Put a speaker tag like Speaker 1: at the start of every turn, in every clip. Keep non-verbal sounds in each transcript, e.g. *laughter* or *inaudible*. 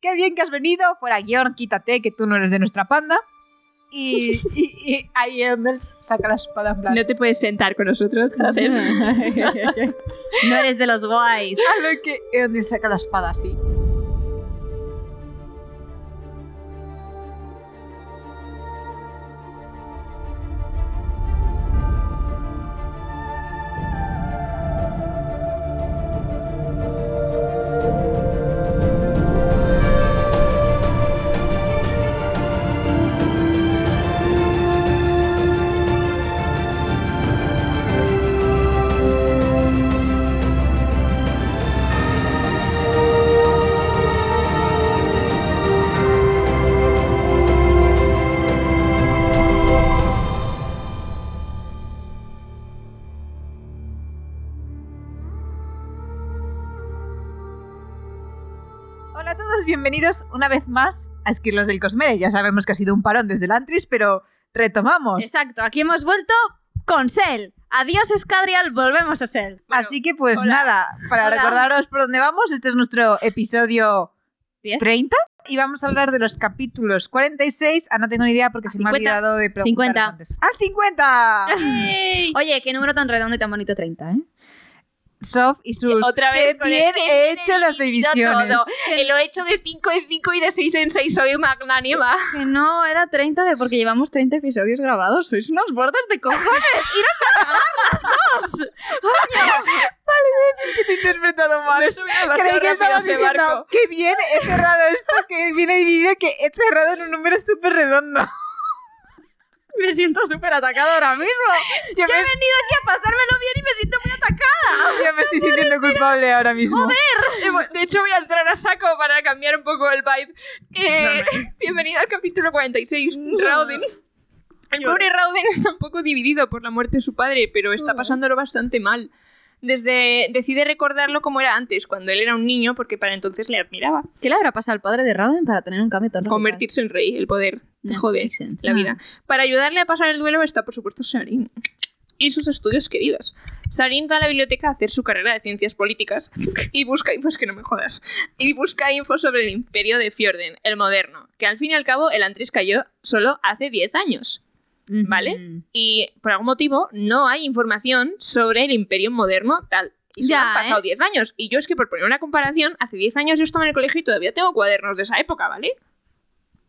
Speaker 1: qué bien que has venido, fuera guión, quítate, que tú no eres de nuestra panda. Y, y- y ahí Ender saca la espada en plan.
Speaker 2: No te puedes sentar con nosotros.
Speaker 3: *laughs*
Speaker 2: joder.
Speaker 3: No eres de los guays.
Speaker 1: A lo "Ah, que Ender saca la espada así. Hola a todos, bienvenidos una vez más a Esquirlos del Cosmere. Ya sabemos que ha sido un parón desde el Antris, pero retomamos.
Speaker 3: Exacto, aquí hemos vuelto con Sel. Adiós, Escadrial, volvemos a Sel.
Speaker 1: Así que pues
Speaker 2: hola.
Speaker 1: nada, para
Speaker 3: Hola.
Speaker 1: recordaros por dónde vamos, este es nuestro episodio
Speaker 3: Diez.
Speaker 1: 30 y vamos a hablar de los capítulos 46. Ah, no tengo ni idea porque se me ha
Speaker 2: 50.
Speaker 1: olvidado de preguntar
Speaker 3: 50.
Speaker 1: antes. ¡Ah,
Speaker 3: *laughs*
Speaker 1: 50!
Speaker 3: Oye, qué número tan redondo y tan bonito 30, ¿eh?
Speaker 1: Sof y sus...
Speaker 2: Otra
Speaker 1: Pues, ¡Qué
Speaker 2: vez con
Speaker 1: bien
Speaker 2: el-
Speaker 1: he hecho las divisiones!
Speaker 2: todo. Eh, Lo he hecho de 5 en 5 y de 6 en 6. Soy magnánima.
Speaker 3: Que no, era 30 de porque llevamos 30 episodios grabados. Sois unos bordes de cojones.
Speaker 1: Te *laughs* he interpretado mal.
Speaker 2: Me he subido demasiado
Speaker 1: Creí que
Speaker 2: rápido a
Speaker 1: estabas
Speaker 2: ese
Speaker 1: diciendo
Speaker 2: barco.
Speaker 1: ¡Qué bien he cerrado esto! ¡Que viene dividido! ¡Que he cerrado en un número súper
Speaker 2: *laughs*
Speaker 1: redondo!
Speaker 3: Me siento súper atacada ahora mismo.
Speaker 1: Yo
Speaker 3: Yo he
Speaker 1: me,
Speaker 3: venido aquí a pasármelo bien y me siento muy
Speaker 1: *laughs*
Speaker 3: atacada.
Speaker 1: yo me estoy sintiendo culpable ahora mismo.
Speaker 2: Eh, bueno, De hecho, voy a entrar a saco para cambiar un poco el vibe. Eh, *laughs* bienvenido al capítulo 46. Rauden. El
Speaker 3: Lloro.
Speaker 2: pobre Rauden está un poco dividido por la muerte de su padre, pero está
Speaker 3: Mm.
Speaker 2: pasándolo bastante mal. Desde decide recordarlo como era antes, cuando él era un niño, porque para entonces le admiraba.
Speaker 3: ¿Qué le habrá pasado al padre de Raven para tener un cambio tan radical?
Speaker 2: Convertirse en rey, el poder. Te
Speaker 3: No,
Speaker 2: jode
Speaker 3: makes sense.
Speaker 2: la
Speaker 3: Ah.
Speaker 2: vida. Para ayudarle a pasar el duelo está, por supuesto, Sarin y sus estudios queridos. Sarin va a la biblioteca a hacer su carrera de ciencias políticas y busca info, es que no me jodas, y busca info sobre el imperio de Fjorden, el moderno, que al fin y al cabo el Antris cayó solo hace 10 años.
Speaker 3: Ujú.
Speaker 2: ¿Vale? Y por algún motivo no hay información sobre el imperio moderno tal. Y solo
Speaker 3: Ya,
Speaker 2: han pasado
Speaker 3: ¿eh?
Speaker 2: 10 años. Y yo es que, por poner una comparación, hace 10 años yo estaba en el colegio y todavía tengo cuadernos de esa época, ¿vale?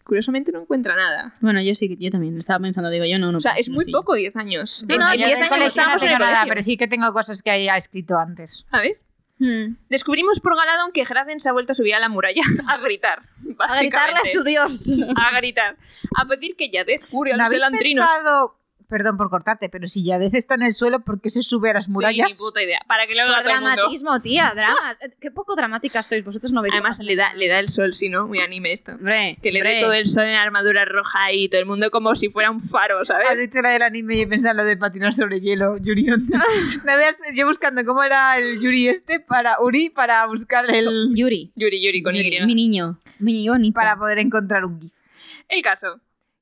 Speaker 2: Curiosamente no encuentra nada.
Speaker 3: Bueno, yo sí, yo también estaba pensando, digo, yo no, no.
Speaker 2: O sea, es
Speaker 3: no,
Speaker 2: muy
Speaker 3: sí.
Speaker 2: poco 10 años.
Speaker 3: No, no,
Speaker 2: En
Speaker 3: yo
Speaker 2: 10
Speaker 3: del
Speaker 2: años
Speaker 3: colegio no
Speaker 2: estábamos en el
Speaker 3: tengo
Speaker 2: colegio,
Speaker 1: sí que tengo cosas que haya escrito antes.
Speaker 2: ¿Sabes?
Speaker 3: Hmm.
Speaker 2: Descubrimos por Galadón que Hraden se ha vuelto a subir a la muralla *laughs* a gritar.
Speaker 3: A gritarle a
Speaker 2: básicamente.
Speaker 3: su dios.
Speaker 2: A gritar. A pedir que Yadez cure a
Speaker 1: ¿No
Speaker 2: los
Speaker 1: habéis
Speaker 2: elantrinos.
Speaker 1: pensado... Perdón por cortarte, pero si Yadez está en el suelo, ¿por qué se sube a las
Speaker 2: Sí,
Speaker 1: murallas?
Speaker 2: ni puta idea. Para que lo haga
Speaker 3: Por
Speaker 2: todo el mundo.
Speaker 3: dramatismo, tía, dramas. Eh, Qué poco dramáticas sois, vosotros no veis.
Speaker 2: Además, le da, le da el sol, si no, muy anime esto.
Speaker 3: Hombre,
Speaker 2: Que le
Speaker 3: hombre.
Speaker 2: dé todo el sol en armadura roja y todo el mundo como si fuera un faro,
Speaker 1: Has
Speaker 2: ¿sabes?
Speaker 1: dicho la del anime y he pensado en lo de patinar sobre hielo,
Speaker 3: *laughs*
Speaker 1: Yuri. *laughs* on- No veas, yo buscando cómo era el Yuri este para Uri para buscar el
Speaker 3: Yuri.
Speaker 2: Yuri, Yuri, con
Speaker 3: Yuri,
Speaker 2: Y.
Speaker 3: mi niño. Mi niño bonito.
Speaker 1: para poder encontrar un gif.
Speaker 2: El caso,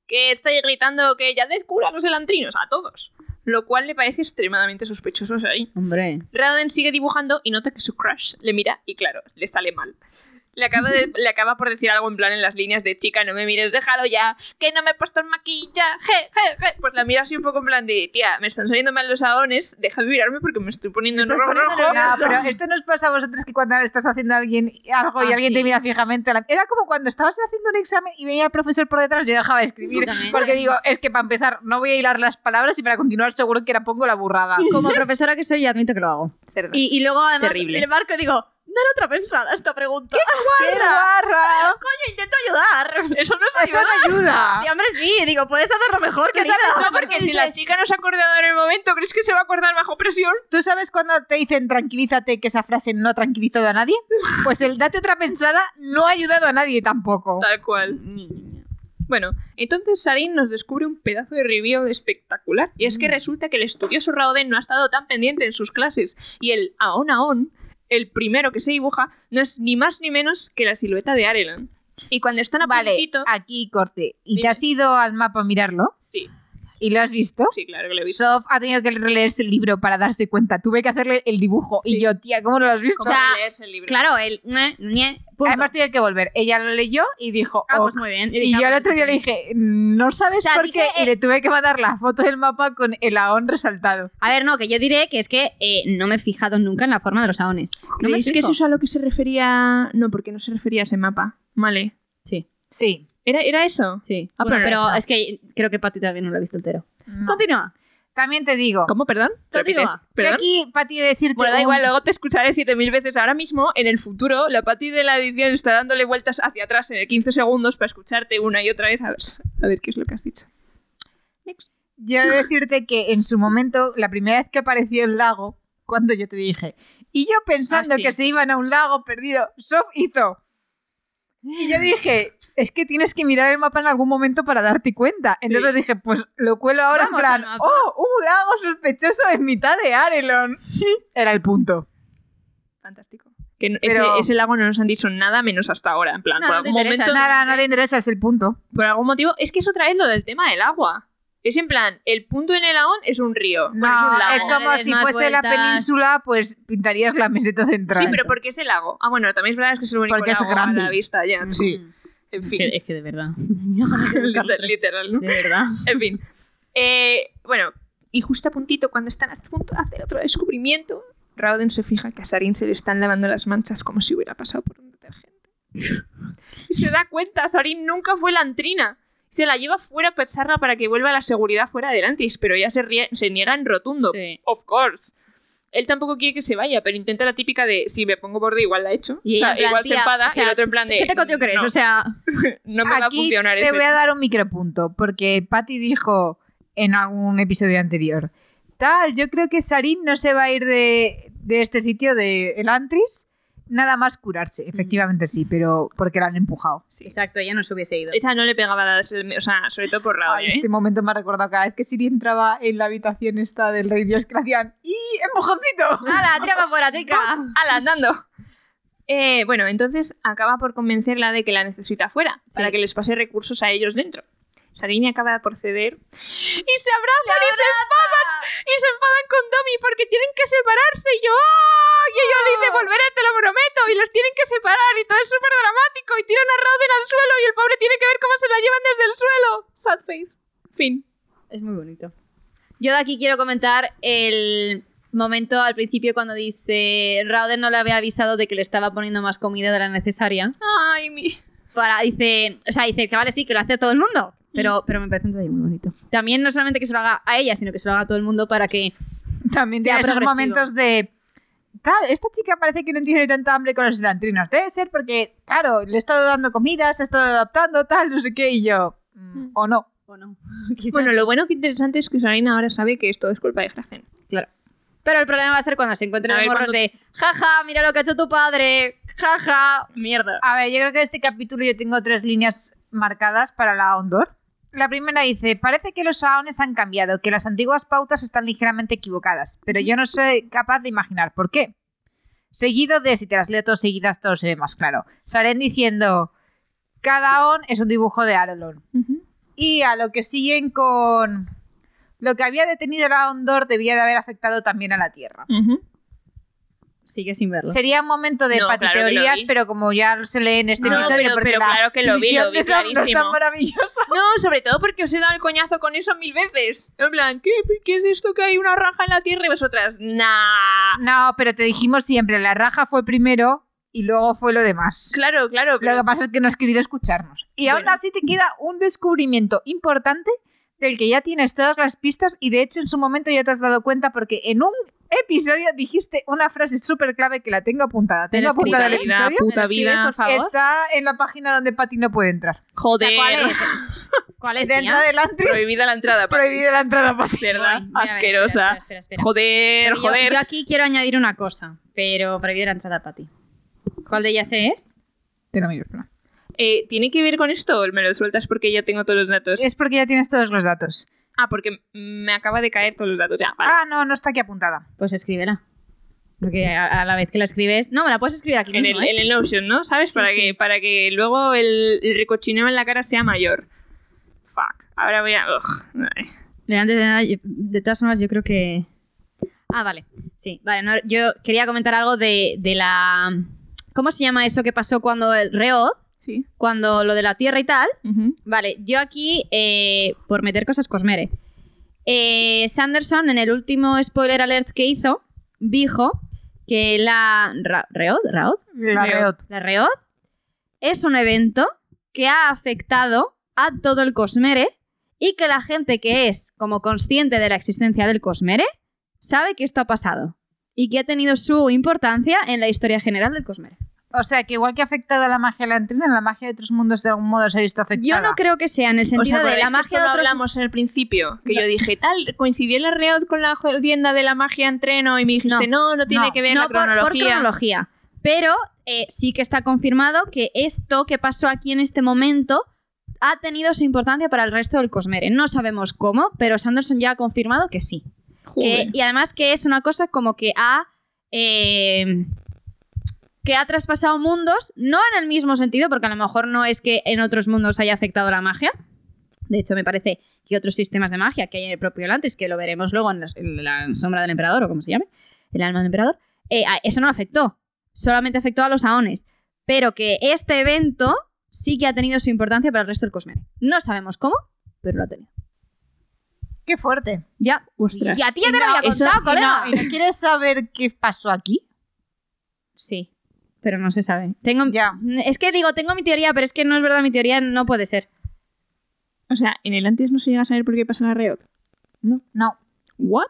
Speaker 2: que está ahí gritando que ya cura a los elantrinos, a todos. Lo cual le parece extremadamente sospechoso ahí.
Speaker 3: Hombre.
Speaker 2: Raden sigue dibujando y nota que su crush le mira y claro, le sale mal. Le acaba, de- le acaba por decir algo en plan en las líneas de chica, no me mires, déjalo ya, que no me he puesto el maquillaje, je, je". Pues la mira así un poco en plan de, tía, me están saliendo mal los saones, deja de mirarme porque me estoy poniendo en
Speaker 1: Estás
Speaker 2: rojo.
Speaker 1: poniendo
Speaker 2: rojo".
Speaker 1: nervioso. No,
Speaker 2: *laughs*
Speaker 1: pero esto nos pasa a vosotros que cuando estás haciendo a alguien algo y
Speaker 3: Ah,
Speaker 1: alguien
Speaker 3: sí.
Speaker 1: te mira fijamente. a la- Era como cuando estabas haciendo un examen y venía el profesor por detrás, yo dejaba de
Speaker 3: *laughs*
Speaker 1: escribir.
Speaker 3: Totalmente.
Speaker 1: Porque digo, eh, es que para empezar no voy a hilar las palabras y para continuar seguro que era pongo la
Speaker 3: *laughs*
Speaker 1: burrada.
Speaker 3: Como profesora que soy, admito que lo hago.
Speaker 2: Cerdas.
Speaker 3: Y, y luego, además,
Speaker 2: Terrible.
Speaker 3: le marco y digo, dale otra pensada a esta *laughs* pregunta.
Speaker 1: ¡Qué barra!
Speaker 3: Coño, intento ayudar.
Speaker 2: Eso no es
Speaker 1: ¡Eso no ayuda!
Speaker 3: Sí, hombre, sí. Digo, puedes hacerlo mejor que
Speaker 2: ¿Qué sabes?
Speaker 3: sabes
Speaker 2: No, porque si la chica no se ha acordado en el momento, ¿crees que se va a acordar bajo presión?
Speaker 1: ¿Tú sabes cuando te dicen tranquilízate que esa frase no ha tranquilizado a nadie? Pues el date otra pensada no ha ayudado a nadie tampoco.
Speaker 2: Tal cual. Bueno, entonces Sarin nos descubre un pedazo de review espectacular. Y es que
Speaker 3: Mm.
Speaker 2: resulta que el estudioso Raoden no ha estado tan pendiente en sus clases. Y el Aon Aon, el primero que se dibuja, no es ni más ni menos que la silueta de Arelan. Y cuando están a
Speaker 1: Vale, ah,
Speaker 2: puntito-
Speaker 1: aquí corte. ¿Y te
Speaker 2: Dime.
Speaker 1: has ido al mapa a mirarlo?
Speaker 2: Sí.
Speaker 1: ¿Y lo has visto?
Speaker 2: Sí, claro que lo he visto.
Speaker 1: Sof ha tenido que releerse el libro para darse cuenta. Tuve que hacerle el dibujo.
Speaker 2: Sí.
Speaker 1: Y yo, tía, ¿cómo no lo has visto?
Speaker 2: ¿Cómo
Speaker 3: O sea,
Speaker 2: leerse el libro?
Speaker 3: Claro, el... ñe, ñe, punto.
Speaker 1: Además, tiene que volver. Ella lo leyó y dijo,
Speaker 3: ah,
Speaker 1: "Ok".
Speaker 3: pues muy bien.
Speaker 1: Y yo
Speaker 3: al
Speaker 1: el otro día le dije, no sabes
Speaker 3: O sea,
Speaker 1: por
Speaker 3: dije,
Speaker 1: qué.
Speaker 3: eh,
Speaker 1: Y le tuve que mandar la foto del mapa con el aón resaltado.
Speaker 3: A ver, no, que yo diré que es que eh, no me he fijado nunca en la forma de los aones. No me
Speaker 2: ¿Creéis que
Speaker 3: fijo.
Speaker 2: eso es a lo que se refería? No, porque no se refería a ese mapa. Vale.
Speaker 3: Sí,
Speaker 1: Sí.
Speaker 2: ¿Era, era eso?
Speaker 3: sí.
Speaker 2: Ah,
Speaker 3: Bueno,
Speaker 2: pero
Speaker 3: pero
Speaker 2: esa.
Speaker 3: es que creo que Pati también no lo ha visto entero. Continúa.
Speaker 1: También te digo,
Speaker 2: ¿Cómo? ¿Perdón? ¿Repites?
Speaker 3: Continúa.
Speaker 1: yo
Speaker 2: ¿Perdón?
Speaker 1: aquí, Pati, decirte...
Speaker 2: *laughs* Bueno, da
Speaker 1: un-
Speaker 2: igual, luego te escucharé 7000 veces. Ahora mismo, en el futuro, la Pati de la edición está dándole vueltas hacia atrás en el 15 segundos para escucharte una y otra vez. A ver, a ver qué es lo que has dicho.
Speaker 1: Yo he de decirte que en su momento, la primera vez que apareció el lago, cuando yo te dije, y yo pensando
Speaker 3: Ah, sí.
Speaker 1: que se iban a un lago perdido, Sof hizo. Y yo dije, es que tienes que mirar el mapa en algún momento para darte cuenta. Entonces dije, pues lo cuelo ahora en
Speaker 3: Vamos
Speaker 1: plan,
Speaker 3: al mapa.
Speaker 1: oh, un lago sospechoso en mitad de
Speaker 3: *laughs*
Speaker 1: Arelon. Era el punto.
Speaker 2: Fantástico. Que no-
Speaker 1: Pero-
Speaker 2: ese, ese lago no nos han dicho nada menos hasta ahora. En plan,
Speaker 3: No,
Speaker 2: por
Speaker 3: no te
Speaker 2: algún
Speaker 3: interesa,
Speaker 2: momento.
Speaker 3: sí.
Speaker 1: Nada, no te interesa, es el punto.
Speaker 2: Por algún motivo. Es que eso trae lo del tema del agua. Es en plan, el punto en el aón es un río.
Speaker 3: Pues
Speaker 2: bueno, es un
Speaker 1: No,
Speaker 2: lago.
Speaker 1: es
Speaker 3: No
Speaker 1: como
Speaker 3: le des
Speaker 1: si
Speaker 3: más
Speaker 1: fuese la
Speaker 3: vueltas.
Speaker 1: península, pues pintarías la meseta central.
Speaker 2: Sí, pero porque es el lago. Ah, bueno, también es verdad es que es el único
Speaker 1: Porque es
Speaker 2: lago
Speaker 1: grande.
Speaker 2: a la vista ya.
Speaker 1: Sí. *laughs*
Speaker 2: En
Speaker 3: Es
Speaker 2: fin.
Speaker 3: que, es que de *laughs* verdad. Yo no sé buscar
Speaker 2: Liter-
Speaker 3: tres.
Speaker 2: *laughs* literal, ¿no?
Speaker 3: de verdad.
Speaker 2: En fin. Eh, bueno, y justo a puntito, cuando están a punto de hacer otro descubrimiento, Rauden se fija que a Sarin se le están lavando las manchas como si hubiera pasado por un detergente. Y se da cuenta, Sarin nunca fue lantrina. Se la lleva fuera a pensarla para que vuelva la seguridad fuera de Lantris, pero ella se, rie- se niega en rotundo.
Speaker 3: Sí.
Speaker 2: Of course. Él tampoco quiere que se vaya, pero intenta la típica de si me pongo borde igual la echo.
Speaker 3: Y
Speaker 2: o sea,
Speaker 3: ella en plan,
Speaker 2: igual se
Speaker 3: "Tía,
Speaker 2: empada
Speaker 3: o sea,
Speaker 2: y el otro en plan de
Speaker 3: ¿Qué te coño crees?
Speaker 2: no,
Speaker 3: O sea,
Speaker 2: no me va a
Speaker 1: Aquí
Speaker 2: funcionar
Speaker 1: Te
Speaker 2: eso.
Speaker 1: voy a dar un micropunto, porque Patty dijo en algún episodio anterior, tal, yo creo que Sarin no se va a ir de, de este sitio de El Antris, nada más curarse. Efectivamente sí, pero porque la han empujado.
Speaker 3: exacto, ya no se hubiese ido.
Speaker 2: Esa no le pegaba nada, se- o sea, sobre todo por ¿eh? Raúl.
Speaker 1: Ay, este momento me ha recordado cada vez que Siri entraba en la habitación esta del Rey Dios que le hacían ¡Y empujoncito!
Speaker 3: ¡Hala, tira para fuera, chica!
Speaker 2: ¡Hala, andando! Eh, bueno, entonces acaba por convencerla de que la necesita fuera,
Speaker 3: Sí.
Speaker 2: para que les pase recursos a ellos dentro. Sarini acaba por ceder y se abrazan y se, y se enfadan *laughs* con Domi porque tienen que separarse. Y yo, ¡ay! Y yo le dice,
Speaker 1: Ah.
Speaker 2: volveré, te lo prometo. Y los tienen que separar y todo es súper dramático. Y tiran a Rauden al suelo y el pobre tiene que ver cómo se la llevan desde el suelo. Sad face. Fin.
Speaker 3: *laughs* Es muy bonito. Yo de aquí quiero comentar el momento al principio cuando dice Rauden no le había avisado de que le estaba poniendo más comida de la necesaria.
Speaker 2: Ay, mi...
Speaker 3: Para, dice, o sea, dice que vale, sí, que lo hace todo el mundo. Pero, pero me parece un detalle muy bonito. También no solamente que se lo haga a ella, sino que se lo haga a todo el mundo para que...
Speaker 1: También
Speaker 3: Sea
Speaker 1: tiene esos
Speaker 3: progresivo.
Speaker 1: momentos de... Tal, esta chica parece que no tiene tanta hambre con los elantrinos. Debe ser porque, claro, le he estado dando comida, se ha estado adaptando, tal, no sé qué, y yo... mm, O no.
Speaker 3: o no. *laughs*
Speaker 2: Bueno, lo bueno que interesante es que Sarina ahora sabe que esto es culpa de Gracen.
Speaker 3: Pero el problema va a ser cuando se
Speaker 2: A
Speaker 3: encuentren los
Speaker 2: ver,
Speaker 3: morros
Speaker 2: cuando-
Speaker 3: de jaja, mira lo que ha hecho tu padre, jaja, mierda.
Speaker 1: A ver, yo creo que este capítulo yo tengo tres líneas marcadas para la Aondor. La primera dice, parece que los Aones han cambiado, que las antiguas pautas están ligeramente equivocadas, pero yo no soy capaz de imaginar por qué. Seguido de, si te las leo todas seguidas, todo se ve más claro. Saren diciendo, cada Aon es un dibujo de Arelon. Y a lo que siguen con, lo que había detenido la Aondor debía de haber afectado también a la Tierra.
Speaker 3: Sigue sin verlo.
Speaker 1: Sería un momento de
Speaker 2: No, claro que lo
Speaker 1: patiteorías,
Speaker 2: vi.
Speaker 1: pero como ya se lee en este
Speaker 2: No,
Speaker 1: episodio,
Speaker 2: pero-
Speaker 1: porque
Speaker 2: pero
Speaker 1: la
Speaker 2: claro que lo vi, lo
Speaker 1: visión
Speaker 2: vi
Speaker 1: de Sam no es
Speaker 2: clarísimo.
Speaker 1: tan maravillosa. *laughs*
Speaker 2: No, sobre todo porque os he dado el coñazo con eso mil veces. En plan, ¿qué, qué es esto que hay una raja en la tierra y vosotras? Nah.
Speaker 1: No, pero te dijimos siempre, la raja fue primero y luego fue lo demás.
Speaker 2: Claro, claro. Pero,
Speaker 1: Lo que pasa es que no has querido escucharnos. Y
Speaker 2: Bueno.
Speaker 1: aún así te queda un descubrimiento importante del que ya tienes todas las pistas y de hecho en su momento ya te has dado cuenta porque en un episodio dijiste una frase súper clave que la tengo apuntada.
Speaker 3: Pero
Speaker 1: Tengo
Speaker 3: escrita,
Speaker 1: apuntada el
Speaker 2: vida,
Speaker 1: episodio.
Speaker 3: ¿Me lo
Speaker 2: puta
Speaker 3: escribes,
Speaker 2: vida.
Speaker 3: por favor?
Speaker 1: Está en la página donde Pati no puede entrar.
Speaker 3: O sea,
Speaker 2: Joder.
Speaker 3: ¿Cuál es? ¿Cuál es, tía?
Speaker 1: Dentro del antris, prohibida,
Speaker 2: *laughs* Prohibida la entrada, Patri.
Speaker 1: la entrada a Pati.
Speaker 3: Ay,
Speaker 2: ¿Verdad?
Speaker 3: mira, mira, espera,
Speaker 2: Asquerosa.
Speaker 3: espera, espera, espera.
Speaker 2: Joder,
Speaker 3: Pero yo-
Speaker 2: joder.
Speaker 3: Yo, aquí quiero añadir una cosa, pero para que la entrada para ti. ¿Cuál de ellas es?
Speaker 1: Te lo miro, espera.
Speaker 2: Eh, ¿Tiene que ver con esto o me lo sueltas porque ya tengo todos los datos?
Speaker 1: Es porque ya tienes todos los datos.
Speaker 2: Ah, porque me acaba de caer todos los datos. Ya, vale.
Speaker 1: Ah, no, no está aquí apuntada.
Speaker 3: Pues escríbela. Porque a, a la vez que la escribes. No, me la puedes escribir aquí
Speaker 2: en,
Speaker 3: mismo,
Speaker 2: el,
Speaker 3: ¿eh?
Speaker 2: en el Notion, ¿no? ¿Sabes?
Speaker 3: Sí,
Speaker 2: para,
Speaker 3: sí.
Speaker 2: Que, para que luego el, el recochineo en la cara sea mayor. Fuck. Ahora voy a. ugh. Ay.
Speaker 3: De antes de nada, yo- de todas formas, yo creo que. Ah, vale. Sí, vale. no, yo quería comentar algo de, de la. ¿Cómo se llama eso que pasó cuando el reo,
Speaker 2: Sí.
Speaker 3: cuando lo de la tierra y tal?
Speaker 2: Ujú.
Speaker 3: Vale, yo aquí, eh, por meter cosas cosmere. Eh, Sanderson, en el último spoiler alert que hizo, dijo que la. Ra- ¿Reod? ¿Raod?
Speaker 1: La
Speaker 2: Creo.
Speaker 1: Reot.
Speaker 3: La Reod es un evento que ha afectado a todo el Cosmere y que la gente que es como consciente de la existencia del Cosmere sabe que esto ha pasado y que ha tenido su importancia en la historia general del Cosmere.
Speaker 1: O sea, que igual que ha afectado a la magia lantrina, la magia de otros mundos de algún modo se ha visto
Speaker 2: Pues
Speaker 1: afectada.
Speaker 3: Yo no creo que sea en el sentido de la magia de otros...
Speaker 2: hablamos en el principio, que yo dije, tal, coincidió la Reod con la jodienda de la magia en treno y me dijiste, no, no, tiene
Speaker 1: no,
Speaker 2: que ver
Speaker 3: no
Speaker 2: la
Speaker 3: por-
Speaker 2: cronología.
Speaker 3: Por, cronología. Pero eh, sí que está confirmado que esto que pasó aquí en este momento ha tenido su importancia para el resto del Cosmere. No sabemos cómo, pero Sanderson ya ha confirmado que sí.
Speaker 2: Joder.
Speaker 3: Que- y además que es una cosa como que ha. eh, que ha traspasado mundos, no en el mismo sentido, porque a lo mejor no es que en otros mundos haya afectado la magia. De hecho, me parece que otros sistemas de magia que hay en el propio Atlantis, que lo veremos luego en, las- en la sombra del emperador, o como se llame, el alma del emperador, eh, a- eso no afectó. Solamente afectó a los aones. Pero que este evento sí que ha tenido su importancia para el resto del Cosmere. No sabemos cómo, pero lo ha tenido.
Speaker 1: Qué fuerte.
Speaker 3: Ya.
Speaker 2: Ostras.
Speaker 3: Y a ti ya
Speaker 1: Y
Speaker 3: te lo
Speaker 1: no,
Speaker 3: había
Speaker 1: eso-
Speaker 3: contado,
Speaker 1: y
Speaker 3: colega.
Speaker 1: no, y no quieres saber qué pasó aquí?
Speaker 3: Sí, pero no se sabe. Tengo,
Speaker 1: Ya.
Speaker 3: Es que digo, tengo mi teoría, pero es que no es verdad mi teoría, no puede ser.
Speaker 2: O sea, en el antes no se llega a saber por qué pasa la Reod.
Speaker 1: No.
Speaker 2: ¿What?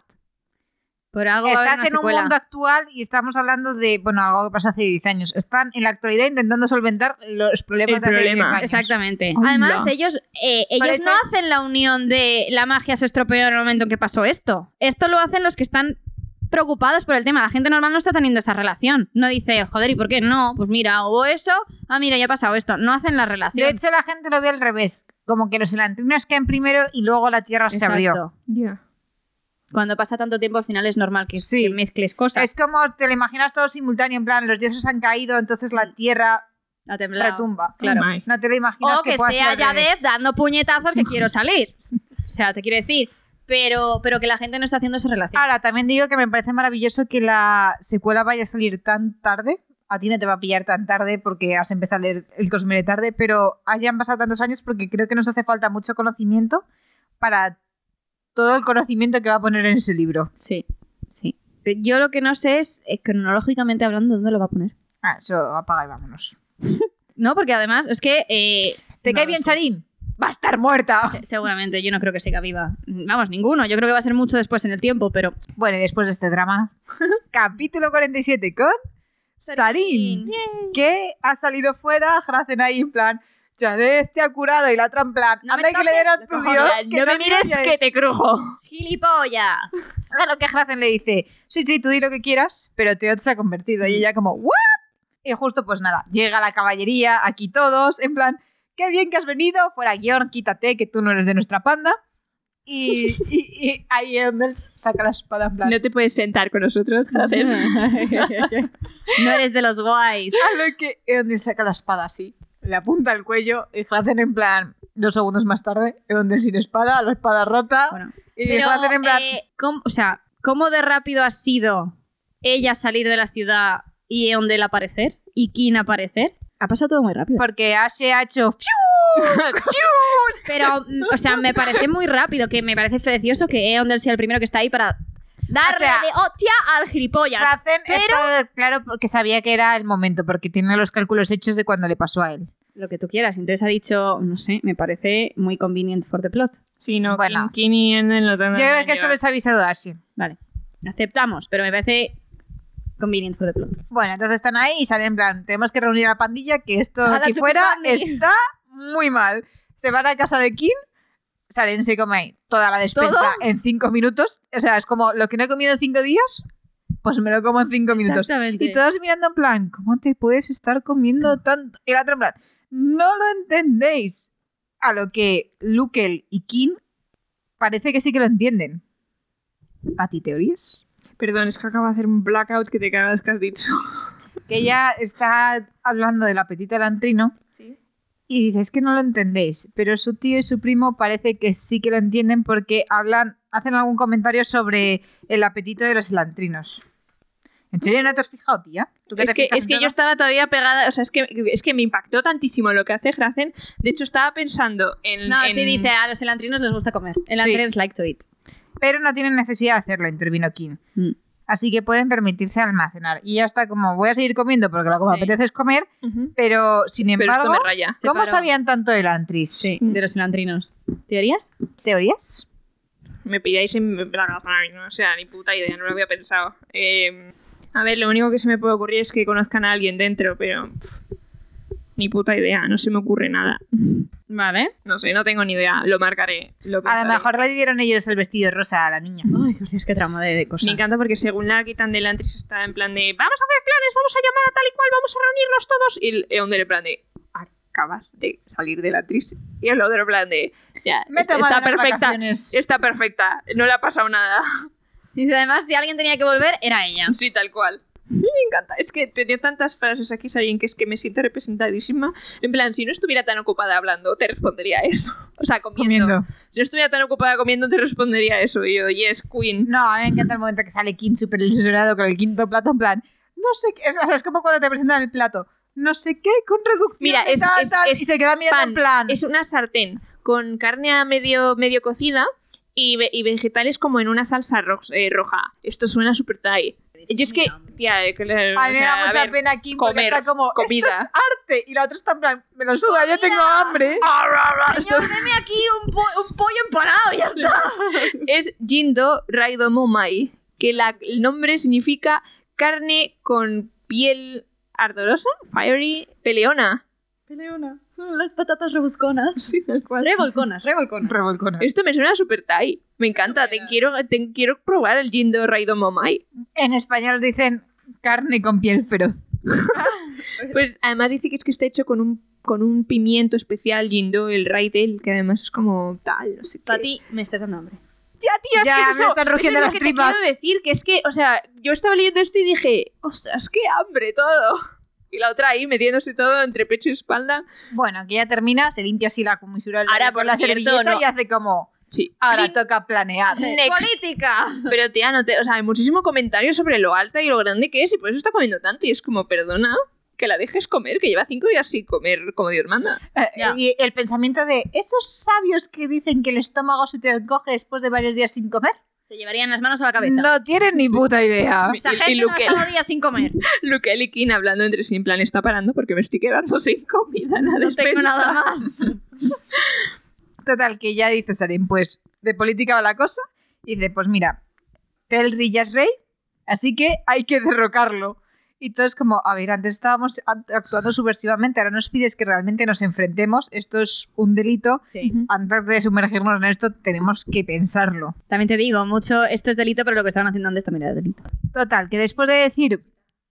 Speaker 3: Por algo va a haber
Speaker 1: Estás
Speaker 3: una
Speaker 1: en un
Speaker 3: secuela.
Speaker 1: mundo actual y estamos hablando de, bueno, algo que pasó hace 10 años. Están en la actualidad intentando solventar los problemas
Speaker 2: El
Speaker 1: de hace
Speaker 2: problema.
Speaker 1: 10 años.
Speaker 3: Exactamente.
Speaker 2: Anda.
Speaker 3: Además, ellos, eh, ellos
Speaker 1: Parece-
Speaker 3: no hacen la unión de la magia se estropeó en el momento en que pasó esto. Esto lo hacen los que están preocupados por el tema. La gente normal no está teniendo esa relación. No dice, joder, ¿y por qué no? Pues mira, hubo eso, ah, mira, ya ha pasado esto. No hacen la
Speaker 1: De
Speaker 3: relación.
Speaker 1: hecho, la gente lo ve al revés. Como que los elantrinos caen primero y luego la tierra se abrió.
Speaker 3: Exacto.
Speaker 2: Oh
Speaker 3: Cuando pasa tanto tiempo, al final es normal que,
Speaker 1: Sí.
Speaker 3: que mezcles cosas.
Speaker 1: Es como te lo imaginas todo simultáneo, en plan, los dioses han caído, entonces la tierra
Speaker 3: Ha temblado.
Speaker 1: retumba.
Speaker 3: Claro.
Speaker 2: Oh my.
Speaker 1: No te lo imaginas
Speaker 3: O que,
Speaker 1: pueda ser
Speaker 3: sea
Speaker 1: al
Speaker 3: ya
Speaker 1: revés.
Speaker 3: Dev dando puñetazos
Speaker 1: *laughs*
Speaker 3: que quiero salir. O sea, te quiero decir. Pero, pero que la gente no está haciendo esa relación.
Speaker 1: Ahora, también digo que me parece maravilloso que la secuela vaya a salir tan tarde. A ti no te va a pillar tan tarde porque has empezado a leer el Cosmere tarde, pero hayan pasado tantos años porque creo que nos hace falta mucho conocimiento para todo el conocimiento que va a poner en ese libro.
Speaker 3: Sí, sí. Pero Yo lo que no sé es, eh, cronológicamente hablando, ¿dónde lo va a poner?
Speaker 1: Ah, eso apaga y vámonos.
Speaker 3: No, porque además es que... eh,
Speaker 1: ¿Te
Speaker 3: no
Speaker 1: cae
Speaker 3: lo
Speaker 1: bien,
Speaker 3: sé.
Speaker 1: Sarin? Va a estar muerta.
Speaker 3: Se- Seguramente, yo no creo que siga viva. Vamos, ninguno. Yo creo que va a ser mucho después en el tiempo, pero...
Speaker 1: *laughs* Bueno, y después de este drama, *laughs* capítulo 47 con Sarin, que ha salido fuera, Hracen ahí en plan, Chadez te ha curado y la otra en plan,
Speaker 3: No me
Speaker 1: anda que le
Speaker 3: toques,
Speaker 1: den a
Speaker 3: lo
Speaker 1: tu
Speaker 3: cojo,
Speaker 1: dios.
Speaker 3: mira,
Speaker 1: que no mires que...
Speaker 2: te crujo.
Speaker 3: ¡Gilipollas!
Speaker 1: A lo que Hracen le dice, sí, sí, tú di lo que quieras, pero Teot se ha convertido.
Speaker 3: Mm.
Speaker 1: Y ella como, ¿what? Y justo pues nada, llega la caballería, aquí todos, en plan, qué bien que has venido, fuera guión, quítate, que tú no eres de nuestra panda. Y, y- y ahí Eondel saca la espada en plan,
Speaker 2: No te puedes sentar con nosotros, Jacer. *laughs*
Speaker 3: no eres de los guays.
Speaker 1: A lo que Eondil saca la espada así, le apunta al cuello y Hacen en plan, dos segundos más tarde, Eondil sin espada, la espada rota.
Speaker 3: Bueno,
Speaker 1: y
Speaker 3: Pero,
Speaker 1: Hacen en plan,
Speaker 3: eh, ¿cómo- o sea, ¿cómo de rápido ha sido ella salir de la ciudad y Eondel aparecer? ¿Y Kin aparecer? Ha pasado todo muy rápido.
Speaker 1: porque Ashe ha hecho ¡fiu!
Speaker 3: *laughs* Pero, mm, o sea, me parece muy rápido, que me parece precioso que Eondel sea el primero que está ahí para darle
Speaker 1: O sea,
Speaker 3: de hostia al gilipollas.
Speaker 1: Hacen
Speaker 3: pero-
Speaker 1: esto, claro, porque sabía que era el momento, porque tiene los cálculos hechos de cuando le pasó a él.
Speaker 3: Lo que tú quieras. Entonces ha dicho, no sé, me parece muy convenient for the plot.
Speaker 2: Sí, no,
Speaker 1: Bueno.
Speaker 2: Kin- Kin y Enden lo
Speaker 1: Yo
Speaker 2: tendrán
Speaker 1: creo
Speaker 2: que
Speaker 1: que eso
Speaker 2: llevar.
Speaker 1: les ha avisado Ashe.
Speaker 3: Vale, aceptamos, pero me parece convenient for the plot.
Speaker 1: Bueno, entonces están ahí y salen en plan, tenemos que reunir a la pandilla, que esto
Speaker 3: A la
Speaker 1: aquí fuera
Speaker 3: chupipandi.
Speaker 1: está muy mal. Se van a casa de Kim, salen se come toda la despensa
Speaker 3: ¿Todo?
Speaker 1: en cinco minutos. O sea, es como, lo que no he comido en cinco días, pues me lo como en cinco minutos.
Speaker 3: Exactamente.
Speaker 1: Y todos mirando en plan, ¿cómo te puedes estar comiendo tanto? Y la otra en plan, no lo entendéis. A lo que Lukel y Kim parece que sí que lo entienden. ¿A ti teorías?
Speaker 2: Perdón, es que acabo de hacer un blackout que te cagas que has dicho.
Speaker 1: que ella está hablando del apetito del antrino y dices que no lo entendéis, pero su tío y su primo parece que sí que lo entienden porque hablan, hacen algún comentario sobre el apetito de los elantrinos. ¿En serio no te has fijado, tía? ¿Tú
Speaker 2: Es
Speaker 1: te
Speaker 2: que,
Speaker 1: fijas
Speaker 2: es
Speaker 1: en
Speaker 2: que
Speaker 1: todo?
Speaker 2: yo estaba todavía pegada, o sea, es que, es que me impactó tantísimo lo que hace Hrazen. De hecho, estaba pensando en.
Speaker 3: No,
Speaker 2: en-
Speaker 3: sí dice, a los elantrinos les gusta comer. Elantrinos like to eat.
Speaker 1: Pero no tienen necesidad de hacerlo, intervino King.
Speaker 3: Mm.
Speaker 1: Así que pueden permitirse almacenar. Y ya está como, voy a seguir comiendo porque lo que me
Speaker 3: Sí.
Speaker 1: apetece es comer,
Speaker 2: Ujú.
Speaker 1: pero sin
Speaker 2: Pero esto
Speaker 1: embargo,
Speaker 2: me raya.
Speaker 3: se
Speaker 1: ¿cómo
Speaker 3: paró.
Speaker 1: sabían tanto de Elantris?
Speaker 3: Sí, de los elantrinos. Mm. ¿Teorías?
Speaker 1: ¿Teorías?
Speaker 2: Me pilláis en la gafa, no o sea, ni puta idea, no lo había pensado. Eh, a ver, lo único que se me puede ocurrir es que conozcan a alguien dentro, pero. pff, ni puta idea, no se me ocurre nada.
Speaker 3: Vale.
Speaker 2: No sé, no tengo ni idea, lo marcaré. Lo
Speaker 1: A
Speaker 2: pensaré.
Speaker 1: lo mejor le dieron ellos el vestido rosa a la niña.
Speaker 2: Ah.
Speaker 3: Ay, Dios, qué trama de, de
Speaker 2: Me
Speaker 3: cosas.
Speaker 2: encanta porque según la quitan del Antris está en plan de vamos a hacer planes, vamos a llamar a tal y cual, vamos a reunirnos todos. Y el Eonder en plan de acabas de salir de la actriz. Y el otro en plan de ya,
Speaker 1: Me he
Speaker 2: está,
Speaker 1: tomado
Speaker 2: está
Speaker 1: unas
Speaker 2: perfecta,
Speaker 1: vacaciones.
Speaker 2: está perfecta, no le ha pasado nada.
Speaker 3: Dice, además, si alguien tenía que volver, era *laughs* ella.
Speaker 2: Sí, tal cual. Me encanta, es que tenía tantas frases aquí, alguien que es que me siento representadísima. En plan, si no estuviera tan ocupada hablando, te respondería eso. *laughs* O sea, comiendo.
Speaker 1: Comiendo.
Speaker 2: Si no estuviera tan ocupada comiendo, te respondería eso. Y yo, yes, queen.
Speaker 1: No, a mí me encanta el momento que sale Kim súper ilusionado con el quinto plato, en plan, no sé qué, es, o sea, es como cuando te presentan el plato, no sé qué, con reducción
Speaker 2: Mira,
Speaker 1: de
Speaker 2: es-
Speaker 1: tal,
Speaker 2: es-
Speaker 1: tal,
Speaker 2: es
Speaker 1: y se queda mirando
Speaker 2: pan,
Speaker 1: en plan,
Speaker 2: es una sartén con carne a medio, medio cocida y, ve- y vegetales como en una salsa ro- eh, roja. Esto suena súper thai. Yo es que, tía, eh, que la-
Speaker 1: a mí me
Speaker 2: o sea,
Speaker 1: da
Speaker 2: a
Speaker 1: mucha
Speaker 2: ver.
Speaker 1: pena Kim porque
Speaker 2: comer,
Speaker 1: está como,
Speaker 2: comida.
Speaker 1: esto es arte, y la otra está en plan, me lo suda, yo tengo
Speaker 2: *laughs*
Speaker 1: hambre.
Speaker 2: Ah, ra, ra, esto
Speaker 3: deme aquí un, pollo empanado y ya está.
Speaker 2: es Jindo Raido Momai, que la- el nombre significa carne con piel ardorosa, fiery, peleona.
Speaker 3: Peleona. Mm, Las patatas *laughs* rebusconas.
Speaker 2: Sí, tal cual.
Speaker 3: Revolconas, revolconas.
Speaker 1: Revolcona.
Speaker 2: Esto me suena súper thai. Me encanta. Te quiero, te quiero probar el Jindo Raido Momai.
Speaker 1: En español dicen carne con piel feroz.
Speaker 2: Pues además dice que es que está hecho con un, con un pimiento especial Jindo, el Raidel, que además es como tal, no sé qué.
Speaker 3: Tati, me estás dando hambre.
Speaker 2: Ya, tía, es
Speaker 1: Ya,
Speaker 2: que es
Speaker 1: me
Speaker 2: eso.
Speaker 1: están rugiendo
Speaker 2: eso
Speaker 1: las
Speaker 2: es lo que
Speaker 1: tripas.
Speaker 2: Te quiero decir que es que, o sea, yo estaba leyendo esto y dije, ostras, qué hambre todo. Y la otra ahí metiéndose todo entre pecho y espalda.
Speaker 1: Bueno, que ya termina, se limpia así la comisura del
Speaker 2: Ahora,
Speaker 1: labio
Speaker 2: por
Speaker 1: con la
Speaker 2: cierto,
Speaker 1: servilleta
Speaker 2: no.
Speaker 1: y hace como,
Speaker 2: Sí.
Speaker 1: ahora
Speaker 2: Clean.
Speaker 1: toca planear.
Speaker 2: Next.
Speaker 3: ¡Política!
Speaker 2: Pero tía, no te, o sea, hay muchísimo comentario sobre lo alta y lo grande que es y por eso está comiendo tanto y es como, perdona, que la dejes comer, que lleva cinco días sin comer como Dios manda.
Speaker 3: Ya.
Speaker 1: Eh, Y el pensamiento de esos sabios que dicen que el estómago se te encoge después de varios días sin comer,
Speaker 3: Se llevarían las manos a la cabeza.
Speaker 1: no tienen ni puta idea.
Speaker 3: Esa
Speaker 2: Y- y
Speaker 3: gente no ha
Speaker 2: Luquel.
Speaker 3: estado días sin *laughs* comer.
Speaker 2: Luquel y Kin hablando entre sí en plan está parando porque me estoy quedando sin comida en la
Speaker 3: No tengo
Speaker 2: despensa".
Speaker 3: nada *laughs* más.
Speaker 1: Total, que ya dice Sarin, pues de política va la cosa. Y dice, pues mira, Telri ya es rey, así que hay que derrocarlo. Y todo es como, a ver, antes estábamos act- actuando subversivamente, ahora nos pides que realmente nos enfrentemos, esto es un delito.
Speaker 3: Sí.
Speaker 1: Antes de sumergirnos en esto, tenemos que pensarlo.
Speaker 3: También te digo, mucho esto es delito, pero lo que estaban haciendo antes también era delito.
Speaker 1: Total, que después de decir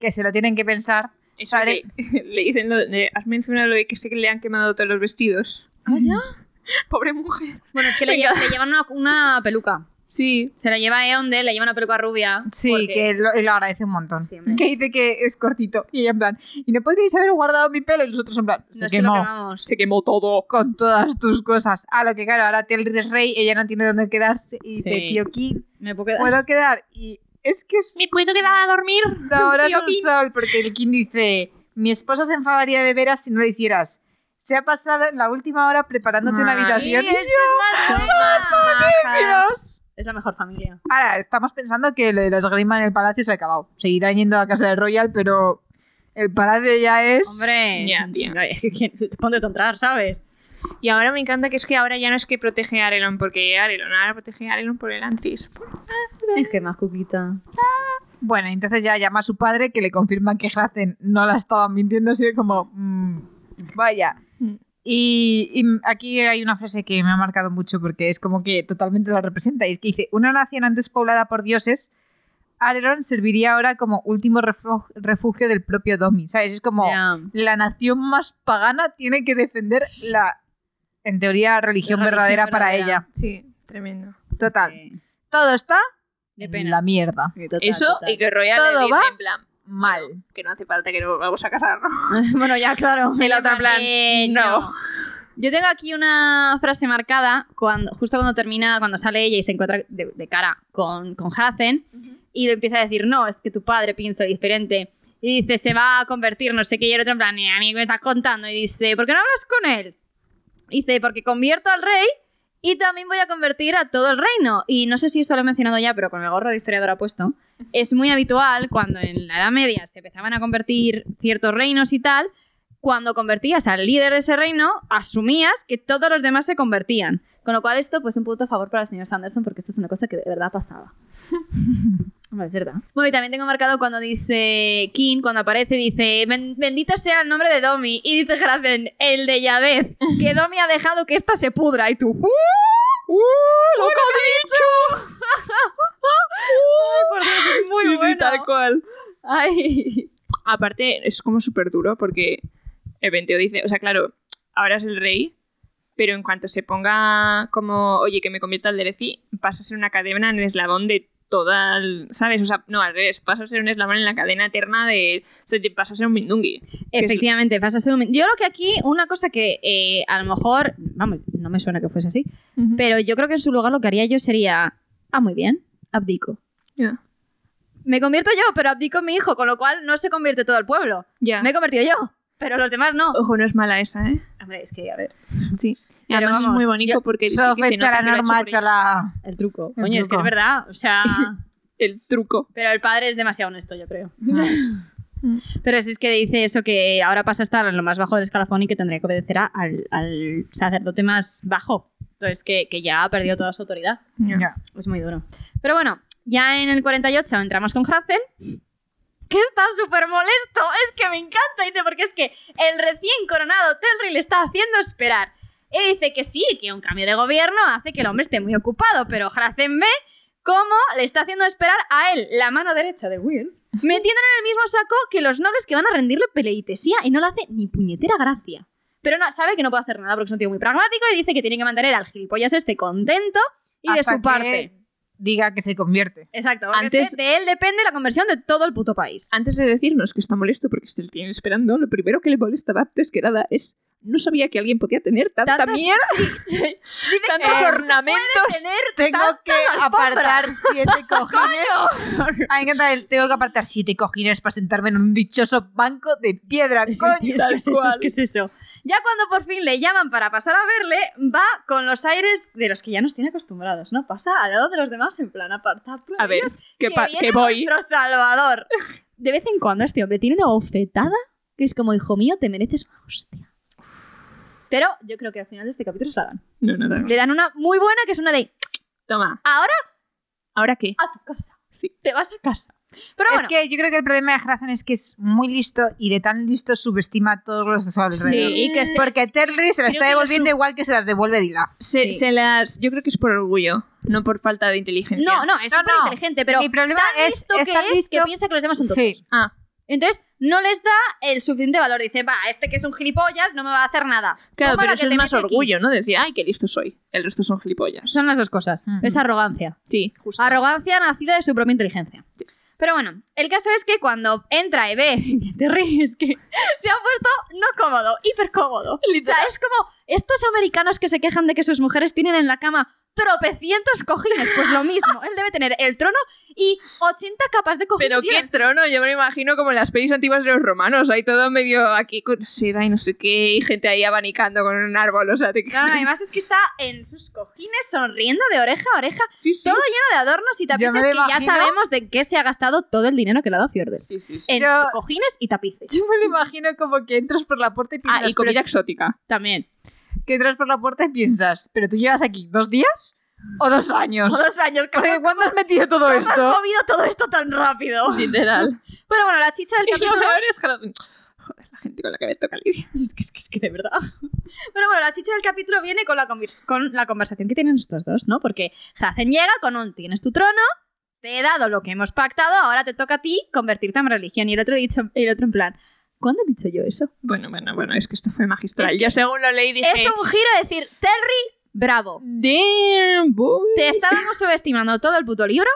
Speaker 1: que se lo tienen que pensar,
Speaker 2: Eso
Speaker 1: Vale.
Speaker 2: que le dicen lo de- has mencionado lo de que sé que le han quemado todos los vestidos.
Speaker 3: ¿Ah, ya?
Speaker 2: Pobre mujer.
Speaker 3: Bueno, es que le,
Speaker 2: Venga.
Speaker 3: lle- le llevan una, una peluca.
Speaker 2: Sí.
Speaker 3: Se la lleva a Eonde, le lleva una peluca rubia.
Speaker 1: Sí,
Speaker 3: porque-
Speaker 1: que lo, y lo agradece un montón.
Speaker 3: Sí, hombre.
Speaker 1: que dice que es cortito. Y ella en plan, ¿y no podríais haber guardado mi pelo? Y nosotros en plan,
Speaker 3: No
Speaker 1: se
Speaker 3: es que lo
Speaker 1: quemó
Speaker 3: quemamos.
Speaker 2: Se quemó todo.
Speaker 1: con todas tus cosas. A lo que claro, ahora Telri es rey, ella no tiene dónde quedarse. Y dice,
Speaker 3: Sí.
Speaker 1: tío Kim,
Speaker 3: Me puedo quedar.
Speaker 1: ¿puedo quedar? Y es que es
Speaker 2: ¿Me puedo quedar a dormir?
Speaker 1: *laughs* ahora es
Speaker 2: Tío
Speaker 1: un
Speaker 2: Kim.
Speaker 1: sol, porque el Kim dice, mi esposa se enfadaría de veras si no lo hicieras. Se ha pasado la última hora preparándote una
Speaker 2: Ay,
Speaker 1: habitación. *laughs*
Speaker 3: Sí, es que es más- son más majas.
Speaker 1: ¡Buenísimos!
Speaker 3: Es la mejor familia.
Speaker 1: Ahora, estamos pensando que lo de la esgrima en el palacio se ha acabado. Seguirán yendo a casa del Royal, pero el palacio ya es.
Speaker 3: Hombre,
Speaker 2: Ya, tía.
Speaker 3: *laughs* te ponte a encontrar, ¿sabes?
Speaker 2: Y ahora me encanta que es que ahora ya no es que protege a Arelon porque Arelon, ahora protege a Arelon por el Antris.
Speaker 3: Es que más cuquita.
Speaker 1: Bueno, entonces ya llama a su padre que le confirma que Hrazen no la estaba mintiendo, así de como. mm, vaya.
Speaker 2: Mm.
Speaker 1: Y, y aquí hay una frase que me ha marcado mucho porque es como que totalmente la representa. Y es que dice: Una nación antes poblada por dioses, Areron serviría ahora como último refug- refugio del propio Domi. ¿Sabes? Es como.
Speaker 3: Ya.
Speaker 1: la nación más pagana tiene que defender la, en teoría, religión,
Speaker 3: La religión
Speaker 1: verdadera, para
Speaker 3: verdadera.
Speaker 1: ella.
Speaker 2: Sí, tremendo.
Speaker 1: Total.
Speaker 3: Sí.
Speaker 1: Todo está
Speaker 3: Eh, De
Speaker 1: en
Speaker 3: pena.
Speaker 1: la mierda.
Speaker 3: Sí, total,
Speaker 2: Eso
Speaker 3: total.
Speaker 2: y que Royal
Speaker 1: Todo
Speaker 2: le dice
Speaker 1: va
Speaker 2: en plan
Speaker 1: Mal.
Speaker 3: *laughs*
Speaker 2: que no hace falta que nos vamos a casar. *laughs*
Speaker 3: bueno, ya, claro.
Speaker 2: Y la otra en plan,
Speaker 3: Eh,
Speaker 2: no.
Speaker 3: Yo tengo aquí una frase marcada cuando, justo cuando termina, cuando sale ella y se encuentra de, de cara con, con Hazen y le empieza a decir, no, es que tu padre piensa diferente. Y dice, se va a convertir, no sé qué, y el otro en plan, "Ni a mí me estás contando. Y dice, ¿por qué no hablas con él? Y dice, porque convierto al rey y también voy a convertir a todo el reino. Y no sé si esto lo he mencionado ya, pero con el gorro de historiadora puesto, es muy habitual cuando en la Edad Media se empezaban a convertir ciertos reinos y tal, cuando convertías al líder de ese reino, asumías que todos los demás se convertían. Con lo cual esto, pues un punto a favor para el señor Sanderson, porque esto es una cosa que de verdad
Speaker 2: *laughs*
Speaker 3: pasaba. Hombre, es verdad. Bueno, y también tengo marcado cuando dice King, cuando aparece, dice "Ben- bendito sea el nombre de Domi. Y dice Grazen, el de Yadez, que Domi ha dejado que esta se pudra. Y tú, ¡uh! ¡Uh! ¡Lo que ha dicho! *laughs* Ay, por Dios, es muy
Speaker 2: Sí, sí,
Speaker 3: bueno.
Speaker 2: tal cual.
Speaker 3: Ay.
Speaker 2: Aparte, es como súper duro porque Eventeo dice, o sea, claro, ahora es el rey, pero en cuanto se ponga como, oye, que me convierta al Dereci, pasa a ser una cadena en el eslabón de toda, el- ¿sabes? O sea, no, al revés, pasa a ser un eslabón en la cadena eterna de, o sea, te pasa a ser un mindungui. es-
Speaker 3: Efectivamente, vas a ser un... Yo lo que aquí, una cosa que eh, a lo mejor, vamos, no me suena que fuese así, pero yo creo que en su lugar lo que haría yo sería, ah, muy bien, abdico.
Speaker 2: Ya.
Speaker 3: Me convierto yo, pero abdico mi hijo, con lo cual no se convierte todo el pueblo.
Speaker 2: Ya.
Speaker 3: Me he convertido yo, pero los demás no.
Speaker 2: Ojo, no es mala esa, ¿eh?
Speaker 3: Hombre, es que, a ver,
Speaker 2: Sí. Y
Speaker 3: Pero
Speaker 2: además es
Speaker 3: vamos,
Speaker 2: muy bonito
Speaker 3: yo-
Speaker 2: porque dice
Speaker 1: Eso
Speaker 2: que se
Speaker 1: fecha
Speaker 2: nota
Speaker 1: la
Speaker 2: que lo ha hecho
Speaker 1: norma,
Speaker 2: por ella.
Speaker 1: chala.
Speaker 3: el truco.
Speaker 1: El
Speaker 3: Coño, es que
Speaker 1: truco.
Speaker 3: es verdad, o sea...
Speaker 2: El truco.
Speaker 3: Pero el padre es demasiado honesto, yo creo. *laughs*
Speaker 2: Mm.
Speaker 3: Pero si es que dice eso que ahora pasa a estar en lo más bajo del escalafón y que tendría que obedecer a- al, al sacerdote más bajo. Entonces, que, que ya ha perdido toda su autoridad.
Speaker 1: Ya.
Speaker 3: Es muy duro. Pero bueno, ya en el 48 entramos con Hazen, que está súper molesto. Es que me encanta. Dice, porque es que el recién coronado Telry le está haciendo esperar. Y dice que sí, que un cambio de gobierno hace que el hombre esté muy ocupado, pero Hazen ve cómo le está haciendo esperar a él, la mano derecha de Will, metiendo en el mismo saco que los nobles que van a rendirle peleitesía y no le hace ni puñetera gracia. Pero no, sabe que no puede hacer nada porque es un tío muy pragmático y dice que tiene que mantener al gilipollas este contento y
Speaker 1: Hasta
Speaker 3: de
Speaker 1: que
Speaker 3: su parte.
Speaker 1: Diga que se convierte.
Speaker 3: Exacto, porque
Speaker 2: Antes-
Speaker 3: es que de él depende la conversión de todo el puto país.
Speaker 2: Antes de decirnos que está molesto porque se le tiene esperando, lo primero que le molestaba antes que nada es no sabía que alguien podía tener tanta
Speaker 3: Tantas- *laughs*
Speaker 2: mierda,
Speaker 3: Dice que
Speaker 2: tantos
Speaker 1: Eh,
Speaker 3: *laughs*
Speaker 2: ornamentos.
Speaker 3: tener *laughs*
Speaker 1: Tengo
Speaker 3: Tanta
Speaker 1: que apartar
Speaker 3: *laughs*
Speaker 1: siete cojines. Ay, encanta el- Tengo que apartar siete cojines para sentarme en un dichoso banco de piedra,
Speaker 3: Es que,
Speaker 1: coño.
Speaker 3: tío, es que
Speaker 2: tal
Speaker 3: es eso,
Speaker 2: cual.
Speaker 3: es que es eso. Ya cuando por fin le llaman para pasar a verle, va con los aires de los que ya nos tiene acostumbrados, ¿no? Pasa al lado de los demás en plan apartado.
Speaker 2: A ver, que, pa- que
Speaker 3: viene
Speaker 2: voy.
Speaker 3: nuestro salvador. *laughs* De vez en cuando este hombre tiene una bofetada que es como, hijo mío, te mereces una hostia. Pero yo creo que al final de este capítulo se la dan.
Speaker 2: No, no, no, no.
Speaker 3: Le dan una muy buena que es una de,
Speaker 2: Toma,
Speaker 3: ahora
Speaker 2: ¿ahora qué?
Speaker 3: a tu casa.
Speaker 2: Sí.
Speaker 3: Te vas a casa. Pero
Speaker 1: Es
Speaker 3: bueno,
Speaker 1: que yo creo que el problema de Hrazan es que es muy listo y de tan listo subestima a todos los de su alrededor.
Speaker 3: sí, que se-
Speaker 1: Porque Terry se las
Speaker 2: Creo
Speaker 1: está
Speaker 2: que yo
Speaker 1: devolviendo
Speaker 2: sub-
Speaker 1: igual que se las devuelve Dilaf.
Speaker 2: Se,
Speaker 3: Sí.
Speaker 2: se las, yo creo que es por orgullo, no por falta de inteligencia.
Speaker 3: No, no, es
Speaker 1: No,
Speaker 3: súper
Speaker 1: no.
Speaker 3: inteligente, pero
Speaker 1: Mi problema
Speaker 3: tan
Speaker 1: es,
Speaker 3: listo
Speaker 1: es
Speaker 3: que
Speaker 1: tan
Speaker 3: es que
Speaker 1: listo-
Speaker 3: piensa que los demás son tontos.
Speaker 1: Sí,
Speaker 2: Ah,
Speaker 3: Entonces, no les da el suficiente valor. Dice, va, este que es un gilipollas no me va a hacer nada.
Speaker 2: claro,
Speaker 3: Toma
Speaker 2: pero
Speaker 3: la
Speaker 2: eso
Speaker 3: que
Speaker 2: es
Speaker 3: te
Speaker 2: más
Speaker 3: mete aquí.
Speaker 2: orgullo, ¿no? Decir, ay, qué listo soy. El resto son gilipollas.
Speaker 3: Son las dos cosas.
Speaker 1: Ujú.
Speaker 3: Es arrogancia.
Speaker 2: Sí, justo.
Speaker 3: Mm. Arrogancia nacida de su propia inteligencia. Pero bueno, el caso es que cuando entra y ve *laughs* que te ríes, que se ha puesto no cómodo, hiper cómodo. O sea,
Speaker 2: *laughs* Literal.
Speaker 3: es como estos americanos que se quejan de que sus mujeres tienen en la cama tropecientos cojines. Pues lo mismo, él debe tener el trono y 80 capas de cojines.
Speaker 2: Pero
Speaker 3: y una
Speaker 2: qué trono, yo me lo imagino como en las pelis antiguas de los romanos, hay todo medio aquí con seda y no sé qué, y gente ahí abanicando con un árbol, o sea, te...
Speaker 3: No, no, además es que está en sus cojines sonriendo de oreja a oreja,
Speaker 2: *laughs* sí, sí.
Speaker 3: todo lleno de adornos y
Speaker 1: Yo me
Speaker 3: tapices
Speaker 1: lo
Speaker 3: que ya
Speaker 1: imagino.
Speaker 3: sabemos de qué se ha gastado todo el dinero que le ha dado Fjorder.
Speaker 2: Sí, sí, sí.
Speaker 3: En
Speaker 1: Yo-
Speaker 3: cojines y tapices.
Speaker 1: Yo me lo imagino como que entras por la puerta y
Speaker 2: Ah,
Speaker 1: piensas,
Speaker 2: y comida exótica.
Speaker 3: También.
Speaker 1: pero- que entras por la puerta y piensas, pero tú llevas aquí dos días o dos años.
Speaker 3: Dos años que
Speaker 1: Porque ¿Cuándo has metido todo
Speaker 3: has
Speaker 1: esto?
Speaker 3: movido todo esto tan rápido. *laughs*
Speaker 2: Literal.
Speaker 3: Pero bueno, la chicha *laughs* del
Speaker 2: y lo
Speaker 3: capítulo...
Speaker 2: *laughs* peor es que... Joder, la gente con la que me toca lidiar.
Speaker 3: *laughs* Es que, es que, es que de verdad. *laughs* Pero bueno, la chicha del capítulo viene con la, convers- con la conversación que tienen estos dos, ¿no? Porque Hazen llega con un tienes tu trono, te he dado lo que hemos pactado, ahora te toca a ti convertirte en religión. Y el otro, dicho, el otro en plan, ¿cuándo he dicho yo eso?
Speaker 2: Bueno, bueno, bueno, es que esto fue magistral.
Speaker 3: Es que-
Speaker 2: Yo según lo leí dije...
Speaker 3: Es un giro de decir, Terry, bravo.
Speaker 2: Damn, boy.
Speaker 3: Te
Speaker 2: *laughs*
Speaker 3: estábamos subestimando todo el puto libro.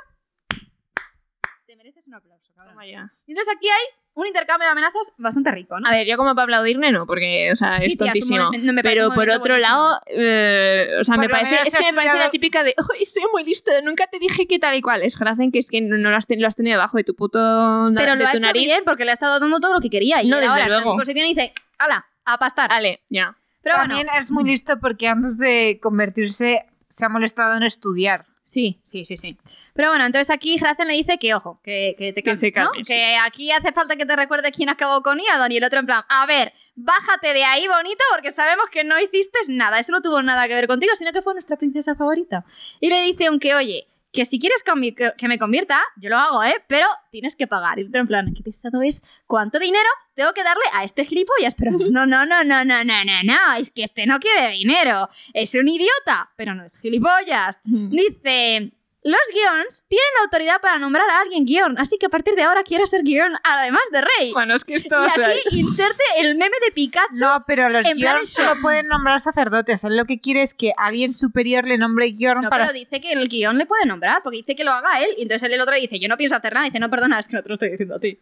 Speaker 3: Te mereces un aplauso, cabrón.
Speaker 2: Toma ya.
Speaker 3: Y entonces aquí hay un intercambio de amenazas bastante rico, ¿no?
Speaker 2: A ver, yo como para aplaudirme no, porque, o sea,
Speaker 3: Sí,
Speaker 2: Ah, es
Speaker 3: tía, un
Speaker 2: tontísimo.
Speaker 3: momen- no, me parece
Speaker 2: Pero
Speaker 3: un
Speaker 2: por
Speaker 3: momento
Speaker 2: otro
Speaker 3: buenísimo.
Speaker 2: lado, eh, o sea,
Speaker 1: Por
Speaker 2: me
Speaker 1: lo
Speaker 2: parece,
Speaker 1: menos
Speaker 2: es
Speaker 1: has
Speaker 2: que me parece la
Speaker 1: estudiado-
Speaker 2: típica de, ¡Uy, soy muy listo! Nunca te dije que tal y cual. Es frase en que es que no no lo has, ten- lo has tenido debajo de tu puto. na-
Speaker 3: Pero
Speaker 2: de
Speaker 3: lo ha
Speaker 2: tu
Speaker 3: hecho
Speaker 2: nariz.
Speaker 3: bien porque le ha estado dando todo lo que quería. Y
Speaker 2: No, desde
Speaker 3: ahora está en
Speaker 2: luego.
Speaker 3: su posición y dice, ¡hala! A pastar.
Speaker 2: Vale, ya.
Speaker 3: Pero
Speaker 1: También
Speaker 3: bueno.
Speaker 1: es muy listo porque antes de convertirse se ha molestado en estudiar.
Speaker 3: Sí, sí, sí, sí. Pero bueno, entonces aquí Hrazen le dice que, ojo, que, que te
Speaker 2: Que
Speaker 3: calmes,
Speaker 2: se calme,
Speaker 3: ¿no?
Speaker 2: sí.
Speaker 3: Que aquí hace falta que te recuerdes quién acabó con Iadon y el otro en plan, a ver, bájate de ahí, bonito, porque sabemos que no hiciste nada. Eso no tuvo nada que ver contigo, sino que fue nuestra princesa favorita. Y le dice, aunque, oye, que si quieres convi- que que me convierta, yo lo hago, ¿eh? Pero tienes que pagar. Y el otro en plan, qué pesado es, ¿cuánto dinero tengo que darle a este gilipollas? Pero no, no, no, no, no, no, no, no, es que este no quiere dinero. Es un idiota, pero no es gilipollas. Dice, los guions tienen autoridad para nombrar a alguien guion, así que a partir de ahora quiero ser guion, además de rey.
Speaker 2: *laughs* Bueno, es *laughs* que esto. o
Speaker 3: y
Speaker 2: sea,
Speaker 3: aquí inserte el meme de Pikachu.
Speaker 1: No, pero los
Speaker 3: en plan
Speaker 1: Giorn
Speaker 3: en
Speaker 1: solo pueden nombrar sacerdotes. Él lo que quiere es que alguien superior le nombre Giorn
Speaker 3: No,
Speaker 1: para
Speaker 3: pero dice que el guion le puede nombrar, porque dice que lo haga él. Y entonces el otro dice, yo no pienso hacer nada. Y dice, no, perdona, es que no te lo estoy diciendo a ti.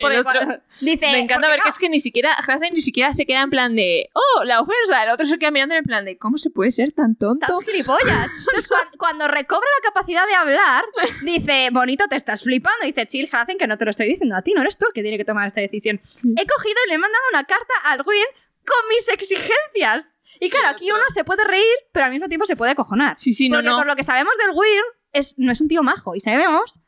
Speaker 3: Porque
Speaker 2: el otro-
Speaker 3: cuando- dice,
Speaker 2: Me encanta
Speaker 3: porque
Speaker 2: ver que
Speaker 3: no.
Speaker 2: es que ni siquiera, Hazen ni siquiera se queda en plan de, oh, la ofensa. El otro se queda mirando en plan de, ¿cómo se puede ser tan tonto? *laughs*
Speaker 3: Estás gilipollas. Entonces, cuan- cuando, recobra la capacidad de
Speaker 2: *laughs*
Speaker 3: hablar, dice, bonito, te estás flipando. Dice, chill, Hazen, que no te lo estoy diciendo a ti, no eres tú el que tiene que tomar esta decisión.
Speaker 2: Mm.
Speaker 3: He cogido y le he mandado una carta al Gwyn con mis exigencias. Y claro, aquí uno se puede reír, pero al mismo tiempo se puede acojonar.
Speaker 2: Sí, sí, no,
Speaker 3: porque
Speaker 2: no.
Speaker 3: por lo que sabemos del Gwyn, es, no es un tío majo. Y sabemos,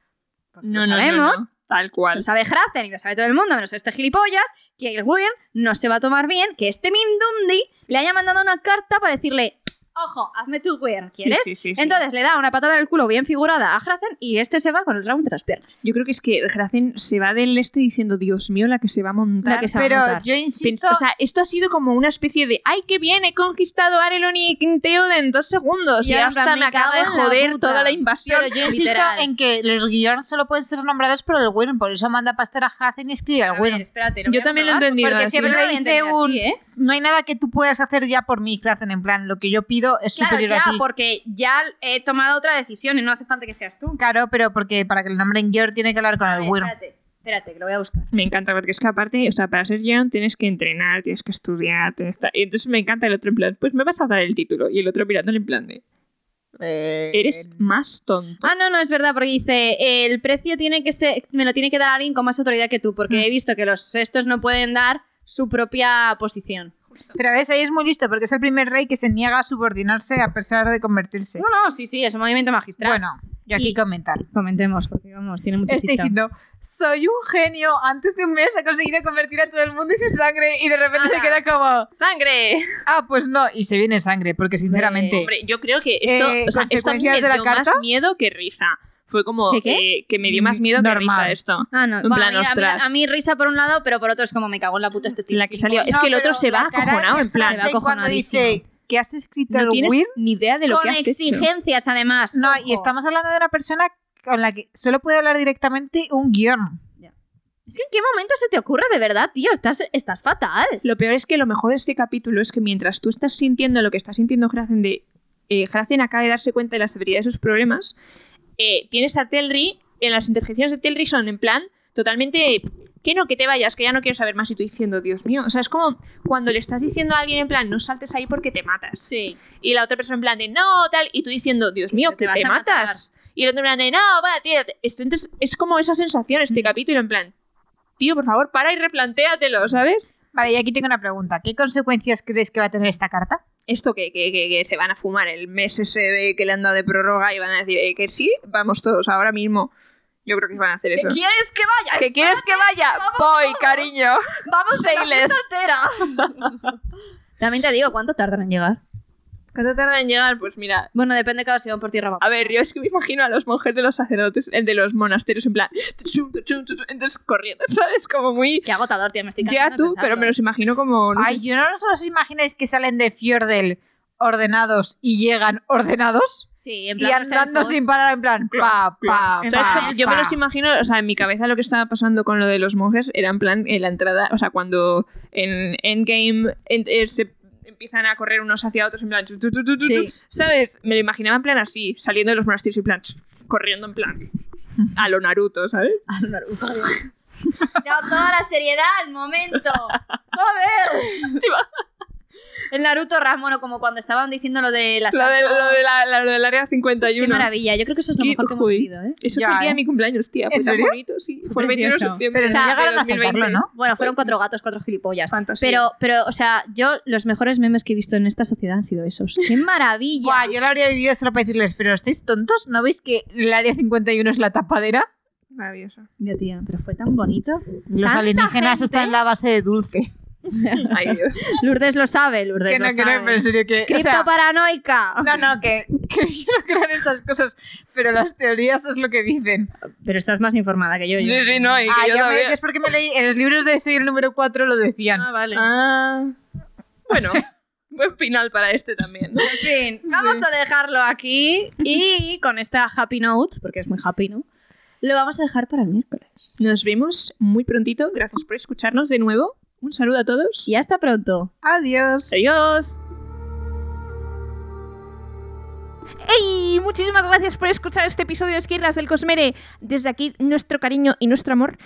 Speaker 3: porque
Speaker 2: No,
Speaker 3: lo
Speaker 2: no, no,
Speaker 3: sabemos,
Speaker 2: no. Tal
Speaker 3: lo
Speaker 2: cual.
Speaker 3: sabe Hrazen y lo sabe todo el mundo, menos este gilipollas, que el Weir no se va a tomar bien que este Mindundi le haya mandado una carta para decirle, ojo, hazme tu Weir,
Speaker 2: Sí,
Speaker 3: ¿quieres?
Speaker 2: sí, sí, sí.
Speaker 3: Entonces le da una patada en el culo bien figurada a Hrazen y este se va con el round entre las piernas.
Speaker 2: Yo creo que es que Gracen se va del este diciendo, Dios mío, la que se va a montar.
Speaker 3: La que se va a
Speaker 1: Pero
Speaker 3: montar.
Speaker 1: yo
Speaker 2: Pens-
Speaker 1: insisto,
Speaker 2: O sea, esto ha sido como una especie de ¡Ay, que bien! He conquistado a Arelon y Teoden en dos segundos.
Speaker 3: Y
Speaker 2: Y,
Speaker 3: ahora en
Speaker 2: hasta
Speaker 3: plan,
Speaker 2: me
Speaker 3: "Me
Speaker 2: acaba de
Speaker 3: cago en la
Speaker 2: joder
Speaker 3: puta".
Speaker 2: toda la invasión.
Speaker 1: pero yo insisto
Speaker 3: literal.
Speaker 1: en que los Giorn solo pueden ser nombrados por el Wyrm. Por eso manda pastel a Hazen y escribe al Wyrm.
Speaker 3: espérate,
Speaker 2: Yo también lo ¿eh? he entendido.
Speaker 1: porque
Speaker 2: así.
Speaker 1: siempre-
Speaker 3: Pero dice un...
Speaker 1: ¿eh? No hay nada que tú puedas hacer ya por mí, Hazen. En plan, lo que yo pido es
Speaker 3: Claro,
Speaker 1: superior
Speaker 3: ya,
Speaker 1: a ti.
Speaker 3: porque ya he tomado otra decisión y no hace falta que seas tú.
Speaker 1: Claro, pero porque para que le nombren Giorn tiene que hablar
Speaker 2: Ah,
Speaker 1: con el Wyrm.
Speaker 3: espérate, espérate, que lo voy a buscar.
Speaker 2: Me encanta, porque es que aparte, o sea, para ser Gion tienes que entrenar, tienes que estudiar, tienes que... Y entonces me encanta el otro en plan, pues me vas a dar el título. Y el otro mirándole en plan de,
Speaker 1: Eh,
Speaker 2: eres más tonto.
Speaker 3: Ah, no, no, es verdad, porque dice, eh, el precio tiene que ser, me lo tiene que dar alguien con más autoridad que tú,
Speaker 2: Mm.
Speaker 3: porque he visto que los estos no pueden dar su propia posición.
Speaker 1: Pero ves, ahí es muy listo porque es el primer rey que se niega a subordinarse a pesar de convertirse.
Speaker 3: No, no, sí, sí, es un movimiento magistral.
Speaker 1: Bueno, yo aquí
Speaker 3: Y-
Speaker 1: comentar.
Speaker 3: Comentemos, porque vamos, tiene mucha
Speaker 1: Estoy
Speaker 3: chicha.
Speaker 1: diciendo, soy un genio. Antes de un mes he conseguido convertir a todo el mundo en su sangre y de repente
Speaker 3: Ala.
Speaker 1: se queda como,
Speaker 2: ¡Sangre!
Speaker 1: ah, pues no. Y se viene sangre, porque sinceramente.
Speaker 2: Eh, Hombre, yo creo que esto,
Speaker 1: Eh,
Speaker 2: o sea, esto a mí
Speaker 1: ¿consecuencias
Speaker 2: me
Speaker 1: de la
Speaker 2: dio
Speaker 1: carta?
Speaker 2: más miedo que risa. Fue como
Speaker 3: ¿Qué qué?
Speaker 2: eh, que me dio más miedo que
Speaker 1: Normal.
Speaker 2: risa esto.
Speaker 3: Ah, no,
Speaker 2: En
Speaker 3: bueno, a
Speaker 2: plan,
Speaker 3: mí- a, mí,
Speaker 2: ostras.
Speaker 3: a mí risa por un lado, pero por otro es como me cago en la puta este tío.
Speaker 2: La que salió. Es
Speaker 1: No,
Speaker 2: que el otro
Speaker 1: pero
Speaker 2: se va
Speaker 1: la cara
Speaker 2: acojonado,
Speaker 1: de
Speaker 2: en plan,
Speaker 3: Se va
Speaker 1: Hazen cuando
Speaker 3: acojonadísimo.
Speaker 1: dice que has escrito
Speaker 2: no
Speaker 1: el
Speaker 2: tienes
Speaker 1: Will.
Speaker 2: ni idea de lo
Speaker 3: Con
Speaker 2: que has hecho.
Speaker 3: exigencias, además.
Speaker 1: No,
Speaker 3: ojo.
Speaker 1: y estamos hablando de una persona con la que solo puede hablar directamente un guión.
Speaker 3: Es que en qué momento se te ocurre de verdad, tío, estás, estás fatal.
Speaker 2: Lo peor es que lo mejor de este capítulo es que mientras tú estás sintiendo lo que está sintiendo Hrazen de... Eh, Hrazen acaba de darse cuenta de la severidad de sus problemas. eh, tienes a Telri, en las interjecciones de Telri son en plan totalmente... Que no, que te vayas, que ya no quiero saber más. Y tú diciendo, Dios mío. O sea, es como cuando le estás diciendo a alguien en plan, no saltes ahí porque te matas.
Speaker 3: Sí.
Speaker 2: Y la otra persona en plan de, no, tal. Y tú diciendo, Dios mío,
Speaker 3: Te
Speaker 2: que
Speaker 3: vas
Speaker 2: te
Speaker 3: a matar.
Speaker 2: matas. Y el otro en plan de, no, va, tío. Esto, entonces, es como esa sensación este
Speaker 3: Mm.
Speaker 2: capítulo en plan, tío, por favor, para y replantéatelo, ¿sabes?
Speaker 1: Vale, y aquí tengo una pregunta. ¿Qué consecuencias crees que va a tener esta carta?
Speaker 2: esto que, que, que, que se van a fumar el mes ese de que le han dado de prórroga y van a decir eh, que sí, vamos todos ahora mismo. Yo creo que van a hacer eso.
Speaker 3: ¿Quieres que vaya?
Speaker 2: ¿Que quieres que vaya? Voy, cariño.
Speaker 3: Vamos a la
Speaker 2: Seiles.
Speaker 3: *laughs* También te digo, ¿cuánto tardan en llegar?
Speaker 2: ¿Cuánto tarda en llegar? Pues mira.
Speaker 3: Bueno, depende claro si van por tierra o
Speaker 2: A ver, yo es que me imagino a los monjes de los sacerdotes, el de los monasterios, en plan. tuchum, tuchum, tuchum, Entonces corriendo, ¿sabes? Como muy.
Speaker 3: Qué agotador, tío, me estoy
Speaker 2: Ya tú, pero me los imagino como. no sé,
Speaker 1: Ay, yo no os los imagináis que salen de Fiordel ordenados y llegan ordenados
Speaker 3: Sí, en plan,
Speaker 1: y andando sin parar en plan pa pa,
Speaker 2: O sea, es
Speaker 1: pa,
Speaker 2: como- yo me
Speaker 1: pa.
Speaker 2: los imagino, o sea, en mi cabeza lo que estaba pasando con lo de los monjes era en plan en la entrada, o sea, cuando en Endgame en- eh, se empiezan a correr unos hacia otros en plan, chu, chu, chu, chu, chu,
Speaker 3: Sí.
Speaker 2: ¿sabes? Me lo imaginaba en plan así, saliendo de los monasterios y en plan, corriendo en plan a lo Naruto, ¿sabes?
Speaker 3: Dado toda la seriedad al *laughs* momento. ¡Joder! El Naruto Ramono, como cuando estaban diciendo lo de la
Speaker 2: Lo, de, lo, de la, la- lo del área
Speaker 3: Qué
Speaker 2: 51.
Speaker 3: maravilla, yo creo que eso es lo
Speaker 2: Qué
Speaker 3: mejor que hemos
Speaker 2: joy.
Speaker 3: vivido, ¿eh?
Speaker 2: Eso
Speaker 1: Ya,
Speaker 2: fue el día
Speaker 1: ¿eh?
Speaker 2: de mi cumpleaños, tía.
Speaker 1: ¿En
Speaker 2: Fue tan
Speaker 1: serio?
Speaker 2: bonito, sí. Fue el 21 de
Speaker 3: Precioso.
Speaker 2: septiembre.
Speaker 1: Pero
Speaker 3: O sea,
Speaker 1: no llegaron a
Speaker 2: 2020.
Speaker 1: sacarlo, ¿no?
Speaker 3: Bueno, fueron cuatro gatos, cuatro gilipollas.
Speaker 2: Fantasía.
Speaker 3: Pero, pero, o sea, yo los mejores memes que he visto en esta sociedad han sido esos. ¡Qué maravilla!
Speaker 1: Buah, yo lo habría vivido solo para decirles, pero ¿estáis tontos? ¿No veis que el área 51 es la tapadera?
Speaker 2: Maravilloso.
Speaker 3: Ya, tía, pero fue tan bonito.
Speaker 1: Los
Speaker 3: ¿Tanta
Speaker 1: alienígenas
Speaker 3: gente?
Speaker 1: están en la base de dulce.
Speaker 2: Ay, Dios.
Speaker 3: Lourdes lo sabe, Lourdes
Speaker 1: Que no,
Speaker 3: lo
Speaker 1: que no,
Speaker 3: sabe.
Speaker 1: pero en serio que... o sea,
Speaker 3: Criptoparanoica.
Speaker 1: no, no, que, que yo no creo en estas cosas, pero las teorías es lo que dicen.
Speaker 3: Pero estás más informada que yo. yo.
Speaker 2: Sí, sí, no. Y que
Speaker 1: Ah, ya
Speaker 2: yo
Speaker 1: me-
Speaker 2: todavía-
Speaker 1: es porque me leí, en los libros de Soy el número 4 lo decían.
Speaker 3: Ah, vale.
Speaker 2: Ah. *laughs* Bueno, buen final para este también.
Speaker 3: En fin, vamos a dejarlo aquí y con esta happy note, porque es muy happy, ¿no? Lo vamos a dejar para el miércoles.
Speaker 2: Nos vemos muy prontito. Gracias por escucharnos de nuevo. Un saludo a todos.
Speaker 3: Y hasta pronto.
Speaker 1: Adiós.
Speaker 2: Adiós. ¡Ey! Muchísimas gracias por escuchar este episodio de Esquirlas del Cosmere. Desde aquí, nuestro cariño y nuestro amor.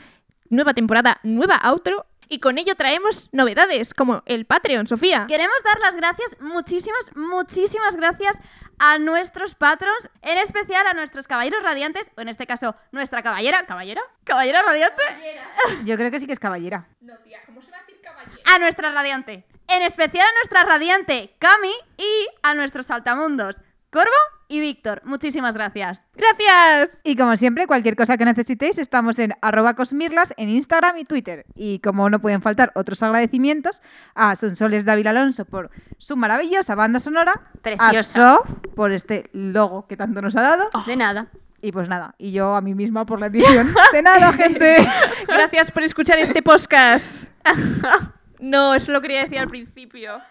Speaker 2: Nueva temporada, nueva outro. Y con ello traemos novedades, como el Patreon, Sofía.
Speaker 3: Queremos dar las gracias, muchísimas, muchísimas gracias a nuestros patrons, en especial a nuestros caballeros radiantes, o en este caso, nuestra caballera, ¿caballera? ¿Caballera radiante?
Speaker 1: Yo creo que sí que es caballera.
Speaker 3: A nuestra radiante. En especial a nuestra radiante, Cami, y a nuestros saltamundos, Corvo y Víctor. Muchísimas gracias.
Speaker 2: ¡Gracias!
Speaker 1: Y como siempre, cualquier cosa que necesitéis, estamos en arroba cosmirlas en Instagram y Twitter. Y como no pueden faltar otros agradecimientos, a Sonsoles Dávila Alonso por su maravillosa banda sonora, a
Speaker 3: Preciosa.
Speaker 1: Sof por este logo que tanto nos ha dado,
Speaker 3: De nada.
Speaker 1: y pues nada, y yo a mí misma por la edición. De nada, gente.
Speaker 2: Gracias por escuchar este podcast. No, eso lo quería decir al principio.